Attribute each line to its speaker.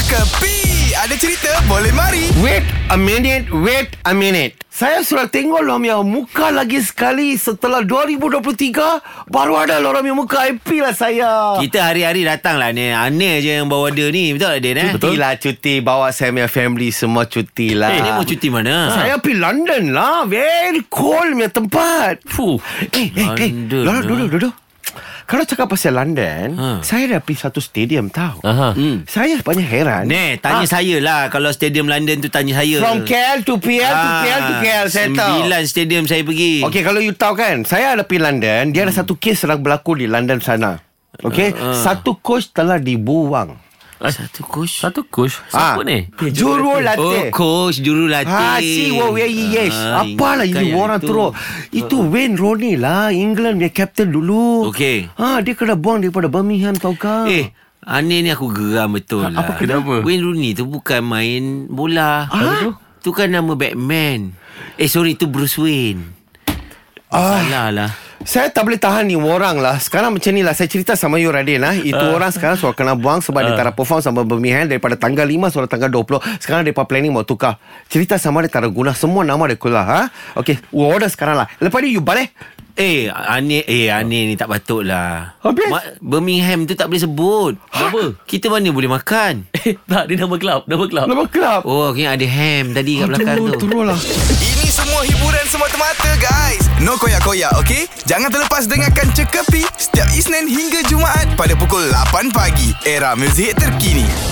Speaker 1: Kepi Ada cerita boleh mari
Speaker 2: Wait a minute, wait a minute. Saya sudah tengok lorang yang muka lagi sekali setelah 2023 baru ada lorang yang muka happy lah saya.
Speaker 3: Kita hari-hari datang lah ni
Speaker 2: Ah,
Speaker 3: Anil je yang bawa dia ni Betul tak Din eh?
Speaker 2: Cuti lah cuti bawa saya punya family semua cuti lah.
Speaker 3: Eh dia mau cuti mana?
Speaker 2: Saya pergi London lah Very cold punya tempat
Speaker 3: Fuh
Speaker 2: Eh, eh, eh
Speaker 3: London
Speaker 2: Lorang
Speaker 3: lah.
Speaker 2: duduk, duduk Kalau cakap pasal London
Speaker 3: Ha.
Speaker 2: Saya dah pergi satu stadium tau
Speaker 3: Aha.
Speaker 2: Hmm. Saya banyak heran
Speaker 3: Ni tanya
Speaker 2: Ah,
Speaker 3: saya lah Kalau stadium London tu tanya saya
Speaker 2: From KL to PL to
Speaker 3: Ah,
Speaker 2: KL to KL Saya tahu
Speaker 3: Sembilan stadium saya pergi
Speaker 2: Okay kalau you tahu kan Saya ada pergi London
Speaker 3: Hmm.
Speaker 2: Dia ada satu kes sedang berlaku di London sana Okay uh,
Speaker 3: Ah,
Speaker 2: uh. Satu coach telah dibuang
Speaker 3: Satu coach
Speaker 4: Satu coach Siapa
Speaker 2: Ah,
Speaker 4: ni?
Speaker 3: Oh
Speaker 2: Jurulatih
Speaker 3: coach jurulatih
Speaker 2: Ha, si Warrior Yes.
Speaker 3: Ah,
Speaker 2: Apalah
Speaker 3: ingatkan
Speaker 2: you
Speaker 3: yang
Speaker 2: orang
Speaker 3: itu. Ah,
Speaker 2: teruk. Itu Wayne Rooney lah, England punya captain dulu.
Speaker 3: Okey.
Speaker 2: Ha, dia kena buang daripada Birmingham tau kau.
Speaker 3: Eh Anil ni aku geram betul lah
Speaker 4: apa kenapa?
Speaker 3: Wayne Rooney tu bukan main bola
Speaker 2: Ah?
Speaker 3: Tu kan nama Batman Eh sorry tu Bruce Wayne
Speaker 2: Ah.
Speaker 3: Salah lah
Speaker 2: Saya tak boleh tahan ni orang lah. Sekarang macam ni lah. Saya cerita sama you Radin lah. Itu orang sekarang sudah kena buang sebab dia tak ada perform sama Birmingham daripada tanggal 5 sampai tanggal 20. Sekarang mereka planning mau tukar. Cerita sama dia tak ada guna. Semua nama dia keluar. Ha? Okay, you order sekarang lah. Lepas ni you balik.
Speaker 3: Eh Anil Eh Anil ni tak patut lah
Speaker 2: Habis?
Speaker 3: Birmingham tu tak boleh sebut
Speaker 4: Kenapa?
Speaker 3: Kita mana boleh makan
Speaker 4: Eh, tak, dia nama club Nama club
Speaker 2: Lepas kelab.
Speaker 3: Oh kena ada ham tadi kat belakang tu
Speaker 2: Turun lah.
Speaker 1: Ini semua hiburan semata-mata guys No koyak-koyak ok Jangan terlepas dengarkan Cekapi Setiap Isnin hingga Jumaat Pada pukul 8 pagi Era muzik terkini